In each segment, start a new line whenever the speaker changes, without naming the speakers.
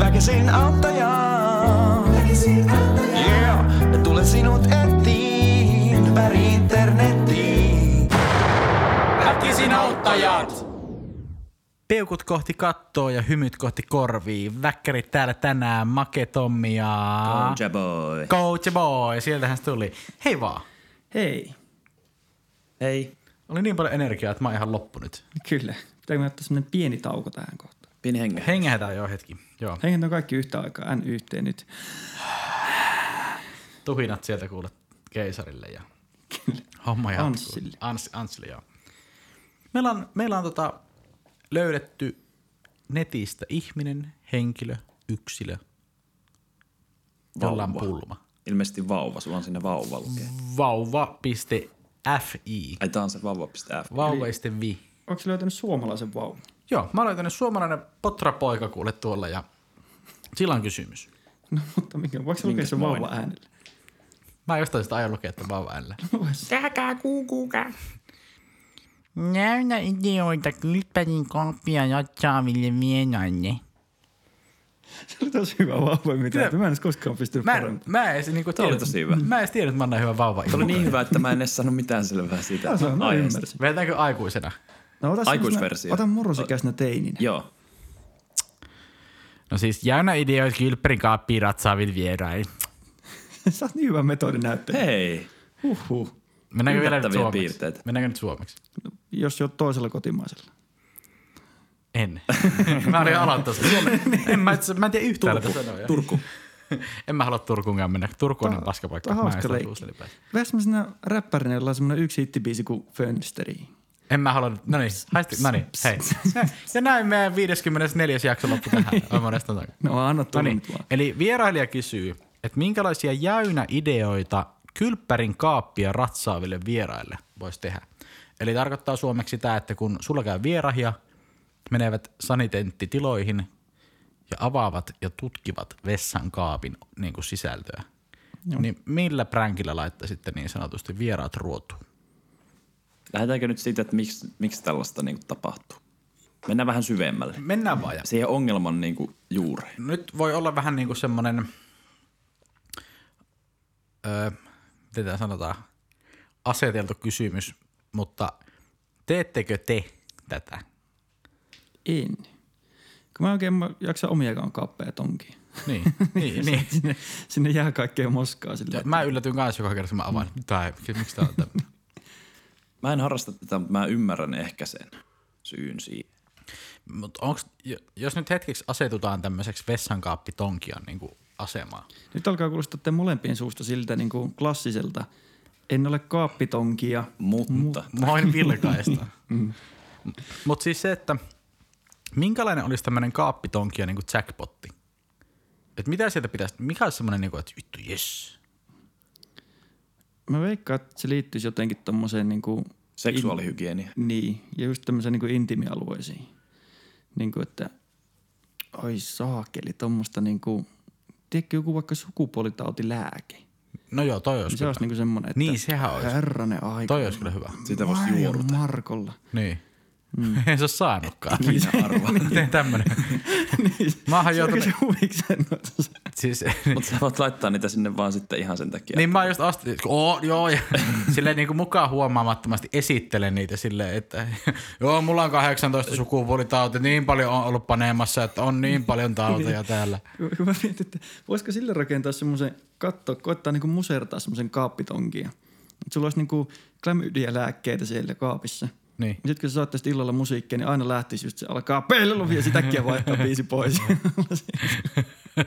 Näkisin auttajaa. Yeah. Ja tulen sinut etsiin ympäri internettiin.
Väkisin auttajat!
Peukut kohti kattoa ja hymyt kohti korviin. Väkkärit täällä tänään, Make Tommi ja...
Soulja Boy.
Coach ja Boy, sieltähän se tuli. Hei vaan.
Hei. Hei.
Oli niin paljon energiaa, että mä oon ihan loppu nyt.
Kyllä. Pitääkö me ottaa semmonen pieni tauko tähän kohtaan?
Pieni hengä.
Hengähetään jo hetki. Joo,
Hengät on kaikki yhtä aikaa, N yhteen nyt.
tuhinat sieltä kuulet keisarille ja homma jatkuu.
Anssille.
Ans, Anssille, joo. Meillä on, meillä on tota, löydetty netistä ihminen, henkilö, yksilö, jolla on
Vauva.
pulma.
Ilmeisesti vauva, sulla on sinne vauva lukee.
Vauva.fi.
Ai tää on se vauva.f.
Vauva.vi.
Onko löytänyt suomalaisen vauvan?
Joo, mä olen tänne suomalainen potrapoika kuule tuolla ja sillä on kysymys.
No mutta minkä, voiko se lukea sen vauva äänellä?
Mä jostain sitä aion lukea, että vauva äänellä.
No,
Kähkää kuukuukä!
Näytä ideoita kylppärin kauppia jatsaaville vieraille.
Se oli tosi hyvä vauva, mitä. Mä en edes koskaan pistänyt
Mä en,
paremmin.
mä en edes niinku
oli
tiedä,
tosi hyvä.
Mä en edes tiedä, että mä annan hyvä vauva.
Se oli niin hyvä, että mä en edes saanut mitään selvää siitä
Mä, sanon, mä
aiheesta.
ymmärsin.
Vetääkö aikuisena?
No, ota
Aikuisversio.
semmoisena- Ota murrosikäisenä teininä.
Joo.
No siis jäynä ideoita kylppärin kaappiin ratsaaville vieraille.
Sä oot niin hyvä metodi näyttää.
Hei.
Huhhuh.
Mennäänkö vielä nyt
Yllättäviä
suomeksi?
piirteitä.
Mennäänkö nyt suomeksi?
Jos se on toisella kotimaisella.
En. mä olin aloittaa sen. Niin. en mä, itse- mä en tiedä yhtään mitä sanoja.
Turku.
En mä halua Turkuunkaan mennä. Turku on niin paska paikka.
Tuo on
Mä en
hauska
sitä
leikki.
kuustelipää.
Vähän semmoisena räppärinä, jolla on semmoinen yksi hittibiisi kuin Fönsteri.
En mä halua, no niin, haisti, no niin, hei. Ja näin meidän 54. jakso loppu tähän. Oi monesta takaa.
No anna
No
tulla
niin,
nyt vaan.
eli vierailija kysyy, että minkälaisia jäynäideoita kylppärin kaappia ratsaaville vieraille voisi tehdä. Eli tarkoittaa suomeksi sitä, että kun sulla käy vierahia, menevät sanitenttitiloihin ja avaavat ja tutkivat vessan kaapin niin kuin sisältöä. Niin millä pränkillä laittaisitte niin sanotusti vieraat ruotuun?
Lähdetäänkö nyt siitä, että miksi, miksi tällaista niin tapahtuu? Mennään vähän syvemmälle.
Mennään vaan ja
Siihen ongelman niin kuin, juureen.
nyt voi olla vähän niin kuin semmoinen, öö, miten tämä sanotaan, aseteltu kysymys, mutta teettekö te tätä?
En. Kun mä oikein mä jaksa omiakaan kaappeja tonkiin.
Niin, niin, niin.
Sinne, sinne jää kaikkea moskaa sille.
Mä yllätyn kanssa joka kerta, kun mä avaan. Mm. Tai miksi tää on tämmöinen?
Mä en harrasta tätä, mutta mä ymmärrän ehkä sen syyn siihen.
Mut onks, jo- jos nyt hetkeksi asetutaan tämmöiseksi vessankaappitonkian niin kuin asemaan.
Nyt alkaa kuulostaa te molempien suusta siltä niin kuin klassiselta. En ole kaappitonkia.
Mutta
Mä voin vilkaista.
Mm.
Mutta siis se, että minkälainen olisi tämmöinen kaappitonkia niin kuin jackpotti? Et mitä sieltä pitäisi, mikä olisi semmoinen, niin että vittu jes.
Mä veikkaan, että se liittyisi jotenkin tommoseen niin kuin,
Mm.
seksuaalihygienia.
niin, ja just tämmöiseen niin kuin intimialueisiin. Niin kuin, että oi saakeli, tommosta niin kuin, tiedätkö joku vaikka sukupuolitautilääke.
No joo, toi olisi
Se
hyvä.
olisi niinku- Mm. niin kuin semmoinen, että
Niin, sehän olisi.
herranen aika.
Toi olisi kyllä hyvä.
Sitä voisi
Ai,
juoruta.
Markolla.
Niin.
Mm.
Ei se ole saanutkaan. Niin,
Minä arvaan.
Miten tämmöinen? Mä oon joutunut,
Se huvikseen noita.
siis,
Mutta sä voit laittaa niitä sinne vaan sitten ihan sen takia.
niin mä oon just asti, Oo, joo, ja silleen niin kuin mukaan huomaamattomasti esittelen niitä silleen, että joo, mulla on 18 sukupuolitauti, niin paljon on ollut paneemassa, että on niin paljon tauteja täällä.
Kun mä mietin, että voisiko sille rakentaa semmoisen katto, koittaa niinku musertaa semmoisen kaappitonkia. Et sulla olisi niinku klamydialääkkeitä siellä kaapissa.
Niin.
Sitten kun sä saat tästä illalla musiikkia, niin aina lähtisi just se alkaa pellelu ja sitäkin vaihtaa biisi pois.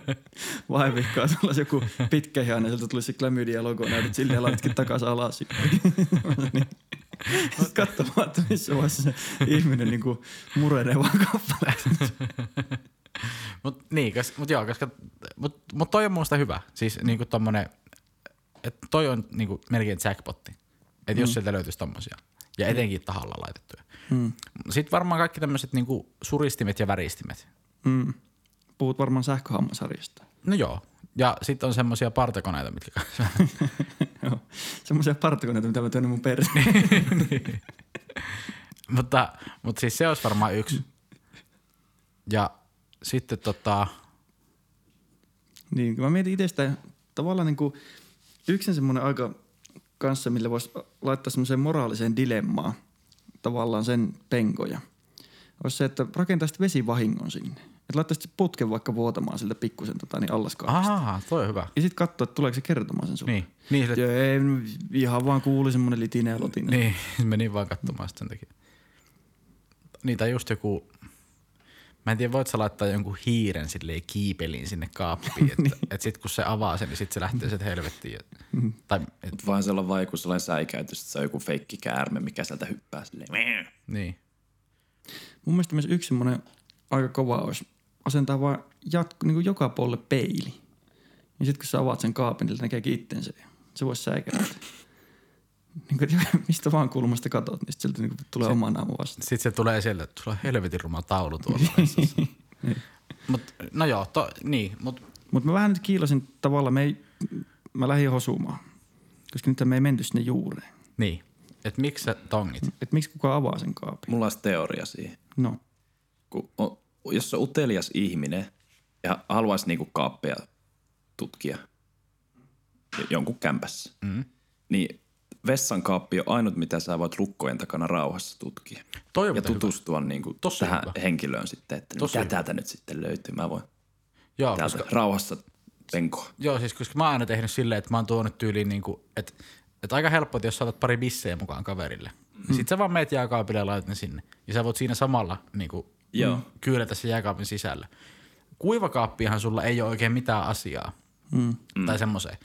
Vaivihkaa sulla olisi joku pitkä hiana, sieltä tulisi se klamydia logo, näytät silleen laitatkin takaisin alas. Sitten katsomaan, että missä vaiheessa se ihminen niinku murenee vaan kappaleeksi.
Mut, niin, kas, mut joo, koska, mut, mut toi on mun mielestä hyvä. Siis niinku tommonen, et toi on niinku melkein jackpotti. Et jos sieltä löytyisi tommosia. Ja etenkin tahalla laitettuja. Niin. Mm. Sitten varmaan kaikki tämmöiset niinku suristimet ja väristimet.
Mm. Puhut varmaan sähköhammasarjasta.
No joo. Ja sitten on semmosia partakoneita, mitkä kanssa.
Joo. Semmoisia partakoneita, mitä mä työnnän mun perseen.
mutta, mutta siis se olisi varmaan yksi. Ja sitten tota,
Niin, kun mä mietin itsestä tavallaan niin kuin yksin semmoinen aika kanssa, millä voisi laittaa semmoiseen moraaliseen dilemmaan tavallaan sen penkoja. Olisi se, että rakentaisit vesivahingon sinne. Että laittaisit putken vaikka vuotamaan siltä pikkusen tota, niin allaskaapista.
Ahaa, toi on hyvä.
Ja sitten katsoa, että tuleeko se kertomaan sen sulle.
Niin, niin, se,
Joo, ei, no, ihan vaan kuuli semmoinen litinen ja lotinen.
niin menin vaan katsomaan sit sen takia. Niitä just joku, mä en tiedä voit sä laittaa jonkun hiiren silleen kiipeliin sinne kaappiin, että et sit kun se avaa sen, niin sit se lähtee sieltä helvettiin. Ja, tai et,
Mut vaan siellä on vaan joku sellainen säikäytys, että se on joku feikki käärme, mikä sieltä hyppää silleen. Mää.
niin.
Mun mielestä myös yksi semmoinen aika kova olisi asentaa vaan jatku, niin kuin joka puolelle peili. Ja sitten kun sä avaat sen kaapin, niin näkeekin itsensä. Se voisi säikäyttää. niin kuin, mistä vaan kulmasta katot, niin sit sieltä niin kuin tulee oma naamu vastaan.
Sitten se tulee sieltä, että sulla on helvetin ruma taulu tuolla. Niin. mut, no joo, to, niin, mut
Mutta mä vähän nyt kiilasin tavallaan, me ei, mä lähdin hosumaan. Koska nyt me ei menty sinne juureen.
niin. Et miksi sä tongit?
Että miksi kukaan avaa sen kaapin?
Mulla olisi teoria siihen.
No.
Kun on, jos se on utelias ihminen ja haluaisi niinku kaappeja tutkia j- jonkun kämpässä, mm. niin vessan kaappi on ainut, mitä sä voit lukkojen takana rauhassa tutkia.
Toi on
ja
muuten hyvä.
tutustua niinku
Tosi
tähän
hyvä.
henkilöön sitten, että
Tosi
Tosi mitä
hyvä.
täältä nyt sitten löytyy. Mä voin
Joo,
täältä
koska,
rauhassa penkoa.
joo, siis koska mä oon aina tehnyt silleen, että mä oon tuonut tyyliin niinku, että et aika helppo, että jos saatat pari bissejä mukaan kaverille. Mm. Sitten sä vaan meet jääkaapille ja laitat ne sinne. Ja sä voit siinä samalla niinku,
Joo.
kyylätä se jääkaapin sisällä. Kuivakaappiahan sulla ei ole oikein mitään asiaa. Mm. Tai semmoiseen.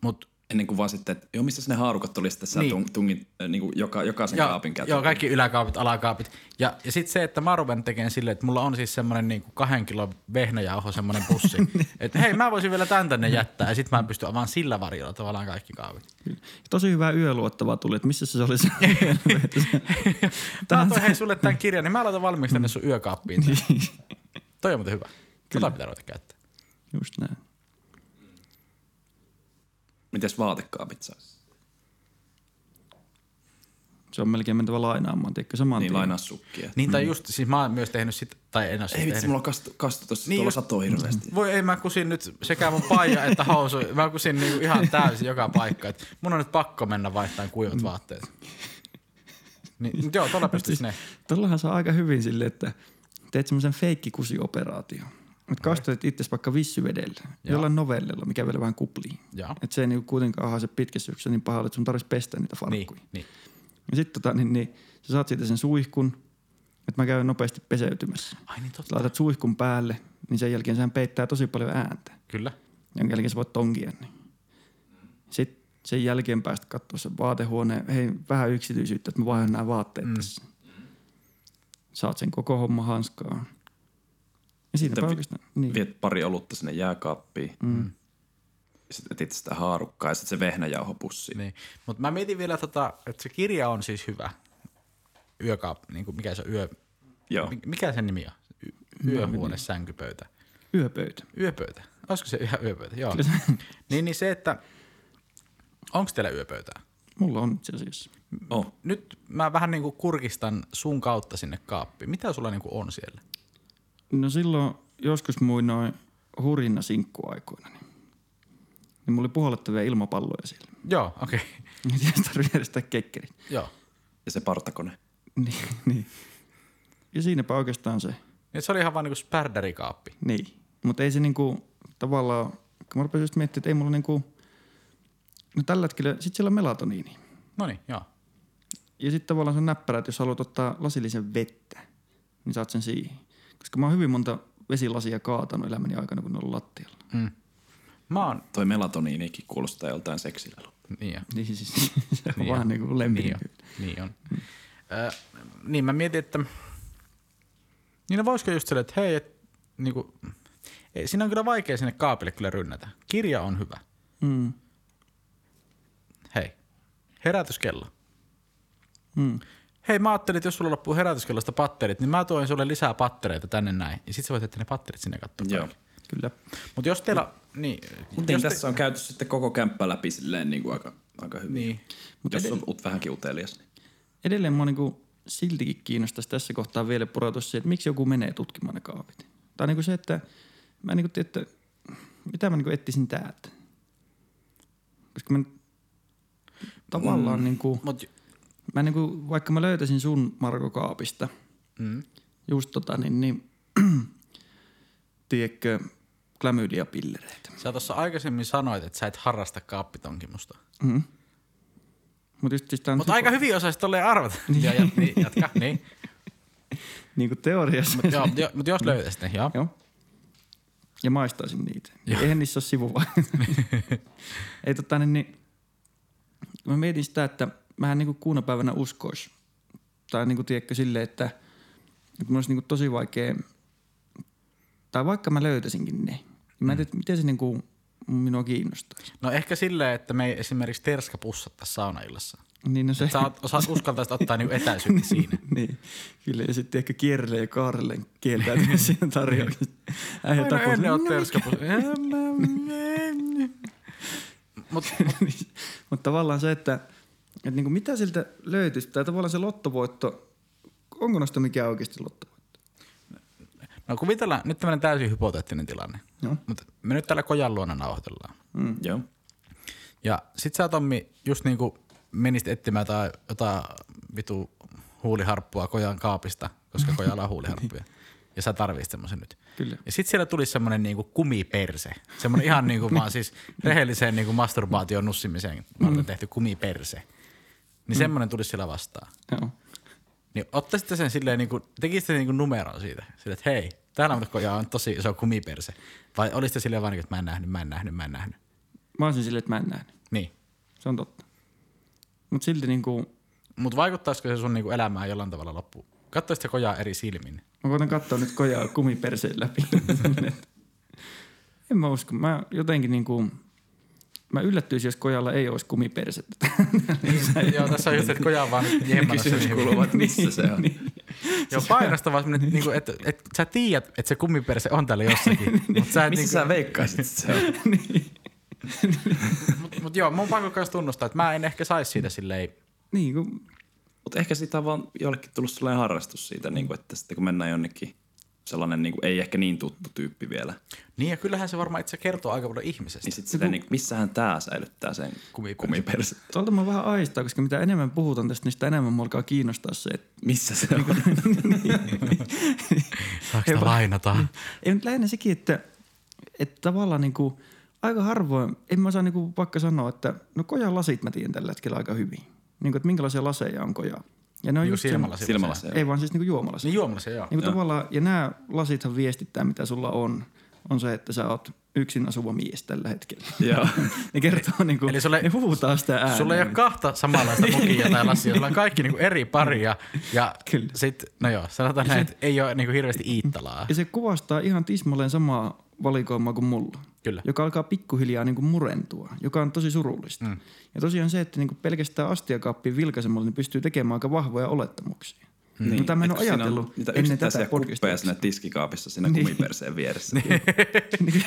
Mut
Ennen kuin vaan sitten, että joo, missä ne haarukat oli sitten, sä
Niin.
niin. tungit äh, niinku joka, jokaisen
Joo,
kaapin käteen.
Joo, kaikki yläkaapit, alakaapit. Ja, ja sitten se, että mä ruven tekemään silleen, että mulla on siis semmoinen niinku kahden kilon vehnäjauho semmoinen pussi. että hei, mä voisin vielä tän tänne jättää ja sitten mä pystyn avaan sillä varjolla tavallaan kaikki kaapit.
Tosi hyvää yöluottavaa tuli, että missä se oli se
Tää on hei sulle tämän kirjan, niin mä laitan valmiiksi tänne sun yökaappiin. tän. Toi on muuten hyvä. Tota pitää ruveta käyttää.
Just näin.
Mites vaatekaapit Niin saisi?
Se on melkein mentävä lainaamaan, tiedätkö, saman
Niin
tien.
lainaa sukkia.
Niin tai just, siis mä oon myös tehnyt sitä, tai en oo sitä
Mm. Ei vitsi,
tehnyt.
mulla on kastu, kastu tossa,
Niin
niin tuolla
just-
satoo hirveästi.
Voi ei, mä kusin nyt sekä mun paija että housu. Mä kusin niinku ihan täysin joka paikka. Et mun on nyt pakko mennä vaihtamaan
Mm.
kuivat vaatteet. Niin, mut joo, tuolla pystyis ne.
Tuollahan saa aika hyvin sille, että teet semmoisen feikkikusioperaation. Mutta kastoit itse vaikka vissyvedellä, jollain novellella, mikä vielä vähän kuplii.
Joo.
Että se ei niinku kuitenkaan haise pitkässä syksyssä niin pahalle, että sun tarvitsisi pestä niitä
Niin,
farkkuja. Niin.
niin.
Ja sitten tota, niin, niin, sä saat siitä sen suihkun, että mä käyn nopeasti peseytymässä.
Ai niin totta.
Laitat suihkun päälle, niin sen jälkeen sehän peittää tosi paljon ääntä,
Kyllä.
jonka jälkeen sä voit tonkia. Niin. Sitten sen jälkeen päästä katsoa sen vaatehuoneen, hei vähän yksityisyyttä, että mä vaihdan nämä vaatteet mm. tässä. Saat sen koko homma hanskaan. Ja
vi-
siinäpä oikeastaan. Niin.
Viet pari olutta sinne jääkaappiin. Mm. Sitten etit sitä haarukkaa ja sitten se vehnäjauhopussiin.
Niin. Mutta mä mietin vielä, tota, että se kirja on siis hyvä. Yöka, niin kuin mikä se on, yö,
Joo.
mi- mikä sen nimi on? Y- yöhuone, sänkypöytä.
Yöpöytä.
Yöpöytä. Olisiko se ihan yöpöytä? Joo. Niin, niin se, että onko teillä yöpöytää?
Mulla on itse asiassa.
Oh.
nyt mä vähän niinku kurkistan sun kautta sinne kaappiin. Mitä sulla niinku on siellä?
No silloin joskus muinoin hurina sinkkuaikoina, niin, niin mulla oli puhallettavia ilmapalloja siellä.
Joo, okei. Okay.
Ja sieltä tarvii järjestää kekkeri.
Joo.
Ja se partakone.
Niin, niin. Ja siinäpä oikeastaan se.
Niin se oli ihan vaan niinku spärdärikaappi.
Niin. Mutta ei se niinku tavallaan, kun mä rupesin just miettimään, että ei mulla niinku, no tällä hetkellä, sit siellä on melatoniini.
No niin, joo.
Ja sitten tavallaan se on näppärä, että jos haluat ottaa lasillisen vettä, niin saat sen siihen. Koska mä oon hyvin monta vesilasia kaatanut elämäni aikana, kun ne on ollut lattialla.
Mä oon...
Toi melatoniinikin kuulostaa joltain seksilelulta.
Niin, joo.
Niin siis se
Niin
on niin
on.
vaan niinku
niin,
lempi.
on. niin on. Ö, niin mä mietin, että... Niin no voisiko just silleen, että hei, et, niinku... Ei, siinä on kyllä vaikea sinne kaapille kyllä rynnätä. Kirja on hyvä.
Mm.
Hei, herätyskello. Mm. Hei, mä ajattelin, että jos sulla loppuu herätyskellosta patterit, niin mä toin sulle lisää pattereita tänne näin. Ja sit sä voit jättää ne patterit sinne katsomaan.
Joo.
Kyllä.
Mutta jos teillä... Niin,
Mutta
jos
tässä on käyty sitten koko kämppä läpi silleen niin kuin aika, aika hyvin.
Niin.
Mut jos on ut vähänkin utelias. Niin.
Edelleen mua niinku siltikin kiinnostaisi tässä kohtaa vielä pureutua siihen, että miksi joku menee tutkimaan ne kaapit. Tai niinku se, että mä en niinku tiedä, että mitä mä niinku ettisin täältä? Koska mä nyt tavallaan mm. niinku,
Mut
mä niinku, vaikka mä löytäisin sun Marko Kaapista,
Mm.
just tota niin, niin tiedätkö, klamydiapillereitä.
sä tuossa aikaisemmin sanoit, että sä et harrasta kaappitonkimusta.
Mutta just siis tää on
Mutta aika hyvin osasit tolleen arvata. ja, ja, niin, jatka, niin.
niinku teoriassa.
Mut, joo, mut jo, mut jos löytäisit ne, joo.
Joo. Ja maistaisin niitä. Joo. Eihän niissä ole sivuvaiheita. Ei tota niin, niin, mä mietin sitä, että mähän niinku kuuna päivänä uskois. Tai niinku tiedätkö silleen, että, että mun olisi niinku tosi vaikea, tai vaikka mä löytäisinkin ne. Niin
Mm.
mä en tiedä, että miten se niinku minua kiinnostaisi.
No ehkä silleen, että me ei esimerkiksi terska pussattaisi saunaillassa.
Niin no se,
Sä oot, osaat uskaltaisit ottaa niinku etäisyyttä siinä.
niin. Kyllä, ja sitten ehkä kierrelee ja kaarelle kieltäytyy siinä tarjoakin. Äijä No niin.
Aina
tapaa.
ennen oot terska Mut
Mutta tavallaan se, että, että niinku mitä siltä löytyisi, tai tavallaan se lottovoitto, onko noista mikään oikeasti lottovoitto?
No kuvitellaan, nyt tämmöinen täysin hypoteettinen tilanne.
Joo.
Mutta me nyt täällä kojan luona nauhoitellaan.
Mm. Joo.
Ja sit sä Tommi just niinku menisit etsimään tai jotain vitu huuliharppua kojan kaapista, koska kojalla on huuliharppuja. Ja sä tarvitset semmoisen nyt.
Kyllä.
Ja sit siellä tulisi semmonen niinku kumiperse. Semmonen ihan niinku vaan siis rehelliseen niinku masturbaation nussimiseen varten tehty kumiperse. Niin semmonen tulisi siellä vastaan.
Joo.
Niin ottaisitte sen silleen niinku, tekisitte niinku numeron siitä. Silleen, että hei, täällä on, koja on tosi iso kumiperse. Vai olisitte silleen vaan, niinku, että mä en nähnyt, mä en nähnyt, mä en nähnyt.
Mä olisin silleen, että mä en nähnyt.
Niin.
Se on totta. Mutta silti niinku,
Mutta vaikuttaisiko se sun niinku elämään jollain tavalla loppuun? Katsoisit se kojaa eri silmin.
mä koitan katsoa nyt kojaa kumiperseen läpi. en mä usko. Mä jotenkin niinku, mä yllättyisin, jos kojalla ei olisi kumipersettä.
Joo, tässä on just, että koja on vaan jemmannassa. Niin.
Kysymys kuuluu, että missä se
Niin,
on.
Joo, painostavaa semmoinen, niinku, että et, sä tiedät, että se kummiperse on täällä jossakin. Mutta sä
Missä
et niinku,
sä veikkaisit, että se on?
mut, mut joo, mun on pakko myös tunnustaa, että mä en ehkä saisi siitä silleen.
niin kun,
Mutta ehkä siitä on vaan jollekin tullut sellainen harrastus siitä, niin kuin, että sitten kun mennään jonnekin sellainen niin kuin, ei ehkä niin tuttu tyyppi vielä,
Niin ja kyllähän se varmaan itse kertoo aika paljon ihmisestä.
niin sitten sitä niin kuin, missähän tää säilyttää sen
Kumiperse.
kumiperse.
tuolta mä vähän aistaa, koska mitä enemmän puhutaan tästä, niin sitä enemmän mua alkaa kiinnostaa se, että
Missä se on?
Niin
Saanko sitä lainata?
Niin.
Ei nyt lähinnä sekin, että, että tavallaan niin kuin, aika harvoin, en mä saa niin kuin vaikka sanoa, että no kojan lasit mä tiedän tällä hetkellä aika hyvin. Niin kuin, että minkälaisia laseja on koja. Ja ne on
Niin
just
silmällä
sen-
Silmällä se
Ei vaan siis niin kuin juomalasit.
Niin juomalla se joo.
Niin kuin tavallaan, ja nämä lasithan viestittää, mitä sulla on, on se, että sä oot yksin asuva mies tällä hetkellä.
Joo.
ne kertoo niin kuin,
Eli sulle-
ne huutaa sitä ääneen.
Sulla ei
niin.
ole kahta samanlaista mukia tai lasia, sulla on kaikki niinku eri paria. Ja
Kyllä.
sit, no joo, sanotaan näin, että ei ole niinku hirveästi iittalaa.
Ja se kuvastaa ihan tismalleen samaa valikoimaa kuin mulla.
Kyllä.
Joka alkaa pikkuhiljaa niin kuin murentua, joka on tosi surullista. Mm. Ja tosiaan se, että niin kuin pelkästään astiakaappin vilkaisemalla niin pystyy tekemään aika vahvoja olettamuksia. Niin. Mutta mä en ole
Eikö siinä
ajatellut
niitä
ennen tätä
yksittäisiä kuppeja
podcastia. Niin.
siinä tiskikaapissa siinä kumiperseen vieressä.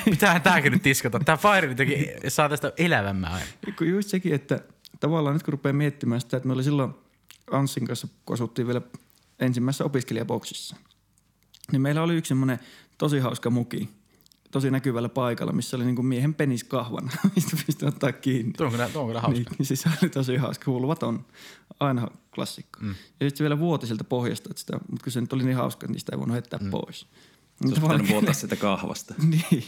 Pitäähän Niin. tääkin nyt tiskata. Tää Fire teki, saa tästä elävämmän aina.
Kun just sekin, että tavallaan nyt kun rupeaa miettimään sitä, että me oli silloin Anssin kanssa, kun asuttiin vielä ensimmäisessä opiskelijaboksissa, niin meillä oli yksi semmoinen tosi hauska muki, tosi näkyvällä paikalla, missä oli niin kuin miehen penis kahvana, mistä pystyi ottaa kiinni.
Tuo on kyllä, tuo on kyllä hauska.
Niin, siis se oli tosi hauska. Hulvat on aina klassikko. Mm. Ja sitten vielä vuotiselta pohjasta, että sitä, mutta kun se nyt oli niin hauska, että niistä ei voinut heittää mm. pois.
Se olisi pitänyt vuotaa sitä kahvasta.
niin,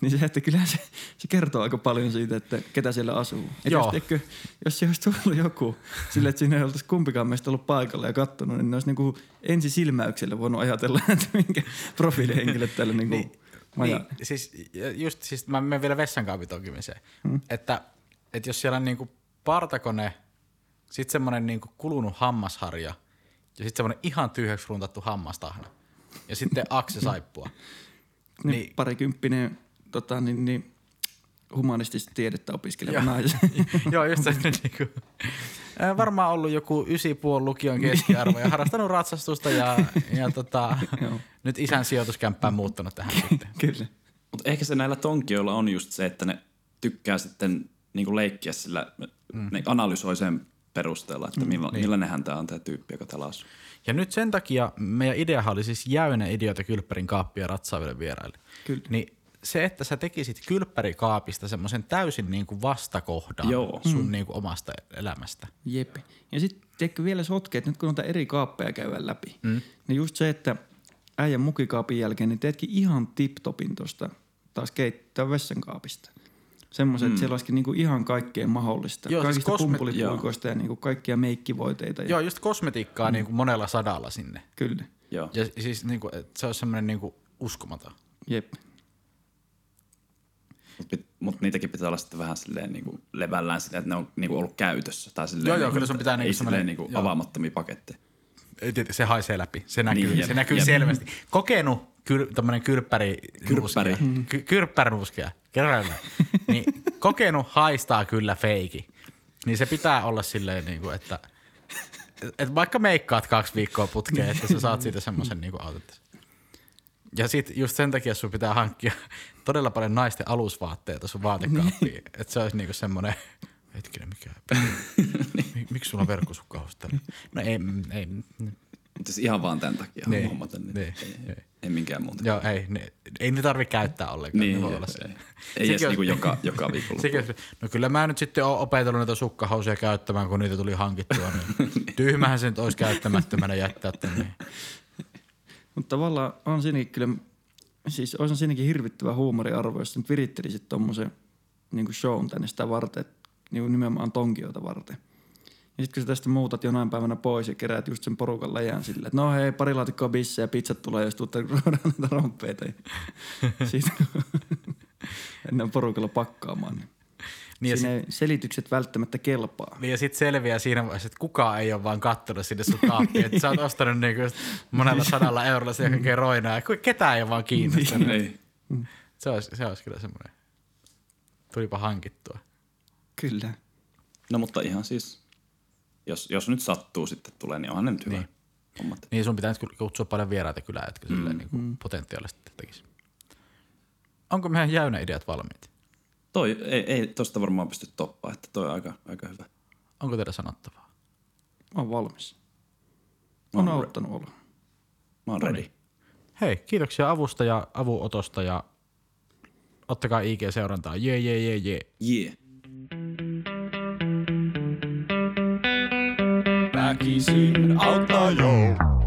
niin se, että kyllä se, se kertoo aika paljon siitä, että ketä siellä asuu. Et
Joo.
Jos, tiedätkö, jos se olisi tullut joku sillä, että siinä ei oltaisi kumpikaan meistä ollut paikalla ja kattonut, niin ne olisi niinku ensisilmäyksellä voinut ajatella, että minkä profiilihenkilö täällä niinku niin,
Niin, siis ja just siis mä menen vielä vessankaapin tokimiseen. Hmm. Että, että jos siellä on niinku partakone, sit semmonen niinku kulunut hammasharja ja sit semmonen ihan tyhjäksi runtattu hammastahna ja sitten aksesaippua.
niin,
niin.
niin. parikymppinen tota, niin, niin, humanistista tiedettä
Joo.
opiskeleva nais.
Joo, just se niinku. Ää, Varmaan ollut joku ysipuoli lukion keskiarvo ja harrastanut ratsastusta ja, ja tota, nyt isän sijoituskämppään muuttanut tähän sitten.
Kyllä.
Mutta ehkä se näillä tonkioilla on just se, että ne tykkää sitten niinku leikkiä sillä, mm. ne analysoi sen perusteella,
Mm.
että milla, niin. millainenhän tämä on tämä tyyppi, joka täällä asuu.
Ja nyt sen takia meidän ideahan oli siis jäynä ideoita kylppärin kaappia ratsaaville vieraille.
Kyllä.
Niin se, että sä tekisit kylppärikaapista semmoisen täysin niin kuin vastakohdan
Joo. Mm.
sun niin kuin omasta elämästä.
Jep. Ja sitten teekö vielä sotkeet, nyt kun noita eri kaappeja käydään läpi, mm. niin just se, että äijän mukikaapin jälkeen, niin teetkin ihan tiptopin tuosta taas keittää vessankaapista. Semmoisen, mm. että siellä olisikin niinku ihan kaikkea mahdollista.
Joo,
Joo,
siis
Kaikista
kosme-
siis pumpulipuikoista ja niinku kaikkia meikkivoiteita. Ja,
Joo, just
Mm.
kosmetiikkaa niin kuin monella sadalla sinne.
Kyllä.
Joo.
Ja siis niin kuin, että se olisi semmoinen niin kuin uskomaton.
Jep.
Mutta niitäkin pitää olla sitten vähän silleen niinku levällään sitä, että ne on niinku ollut käytössä. Tai silleen,
Joo, joo,
niinku,
kyllä sun pitää
että
niinku
ei
semmoinen-
silleen niinku
joo.
avaamattomia paketteja.
Ei tiety- Se haisee läpi, se näkyy,
Niin, jep,
se näkyy
jep.
selvästi. Kokenut kyl, tämmönen kylppäri,
Kylppäri.
Ky, kyrppärinuuskia, kerralla. niin kokenut haistaa kyllä feiki. Niin se pitää olla silleen, niin kuin, että, että vaikka meikkaat kaksi viikkoa putkeen, että sä saat siitä semmoisen niin autettis. Ja sit just sen takia sun pitää hankkia todella paljon naisten alusvaatteita sun vaatekaappiin. että se olisi niinku semmonen, hetkinen mikä, Mik- miksi sulla on verkkosukkaus täällä? No ei, ei,
Mutta siis ihan vaan tämän takia
Niin,
niin. hommata. Niin.
niin,
Ei, ei, ei minkään muuta.
Joo, ei, ne, ei ne tarvitse käyttää ollenkaan.
Niin,
ne voi
joo,
olla se.
ei. Ei edes
jos-
niinku joka, joka viikolla.
Sekin, jos- no kyllä mä nyt sitten oon opetellut näitä sukkahousuja käyttämään, kun niitä tuli hankittua. Niin tyhmähän se nyt olisi käyttämättömänä jättää tänne.
Mutta tavallaan on siinäkin kyllä, siis olisi siinäkin hirvittävä huumoriarvo, jos sä nyt virittelisit tommosen niin shown tänne sitä varten, niin nimenomaan tonkiota varten. Ja sitten kun sä tästä muutat jonain päivänä pois ja keräät just sen porukan läjään sillä, että no hei, pari laatikkoa bissejä ja pizzat tulee, jos tuutte ruodaan näitä rompeita. Siitä ennen porukalla pakkaamaan. Niin.
Niin ja, sit,
Siinä ei selitykset välttämättä kelpaa.
niin ja sit selviää siinä vaiheessa, että kukaan ei ole vaan kattonut sinne sun kaappiin. että sä oot ostanut niinku just monella sadalla eurolla sen kaikkea roinaa. Ja ku- ketään ei ole vaan kiinnostanut.
ei. Niin.
Se olisi, se olisi kyllä semmoinen. Tulipa hankittua.
Kyllä.
No mutta ihan siis, jos, jos nyt sattuu sitten tulee, niin onhan ne nyt hyvä
Niin.
niin. hommat.
Niin sun pitää nyt kyllä kutsua paljon vieraita kylään, jotka mm. silleen niin kuin potentiaalisesti tekisi. Onko meidän jäynä ideat valmiit?
Toi, ei, ei tosta varmaan pysty toppaa, että toi on aika, aika hyvä.
Onko teillä sanottavaa?
Mä oon valmis. On auttanut olla.
Mä oon ready.
Hei, kiitoksia avusta ja avuotosta ja ottakaa IG-seurantaa. Jee, jee, jee, jee.
Jee. Yeah.
Väkisin auttaa joo.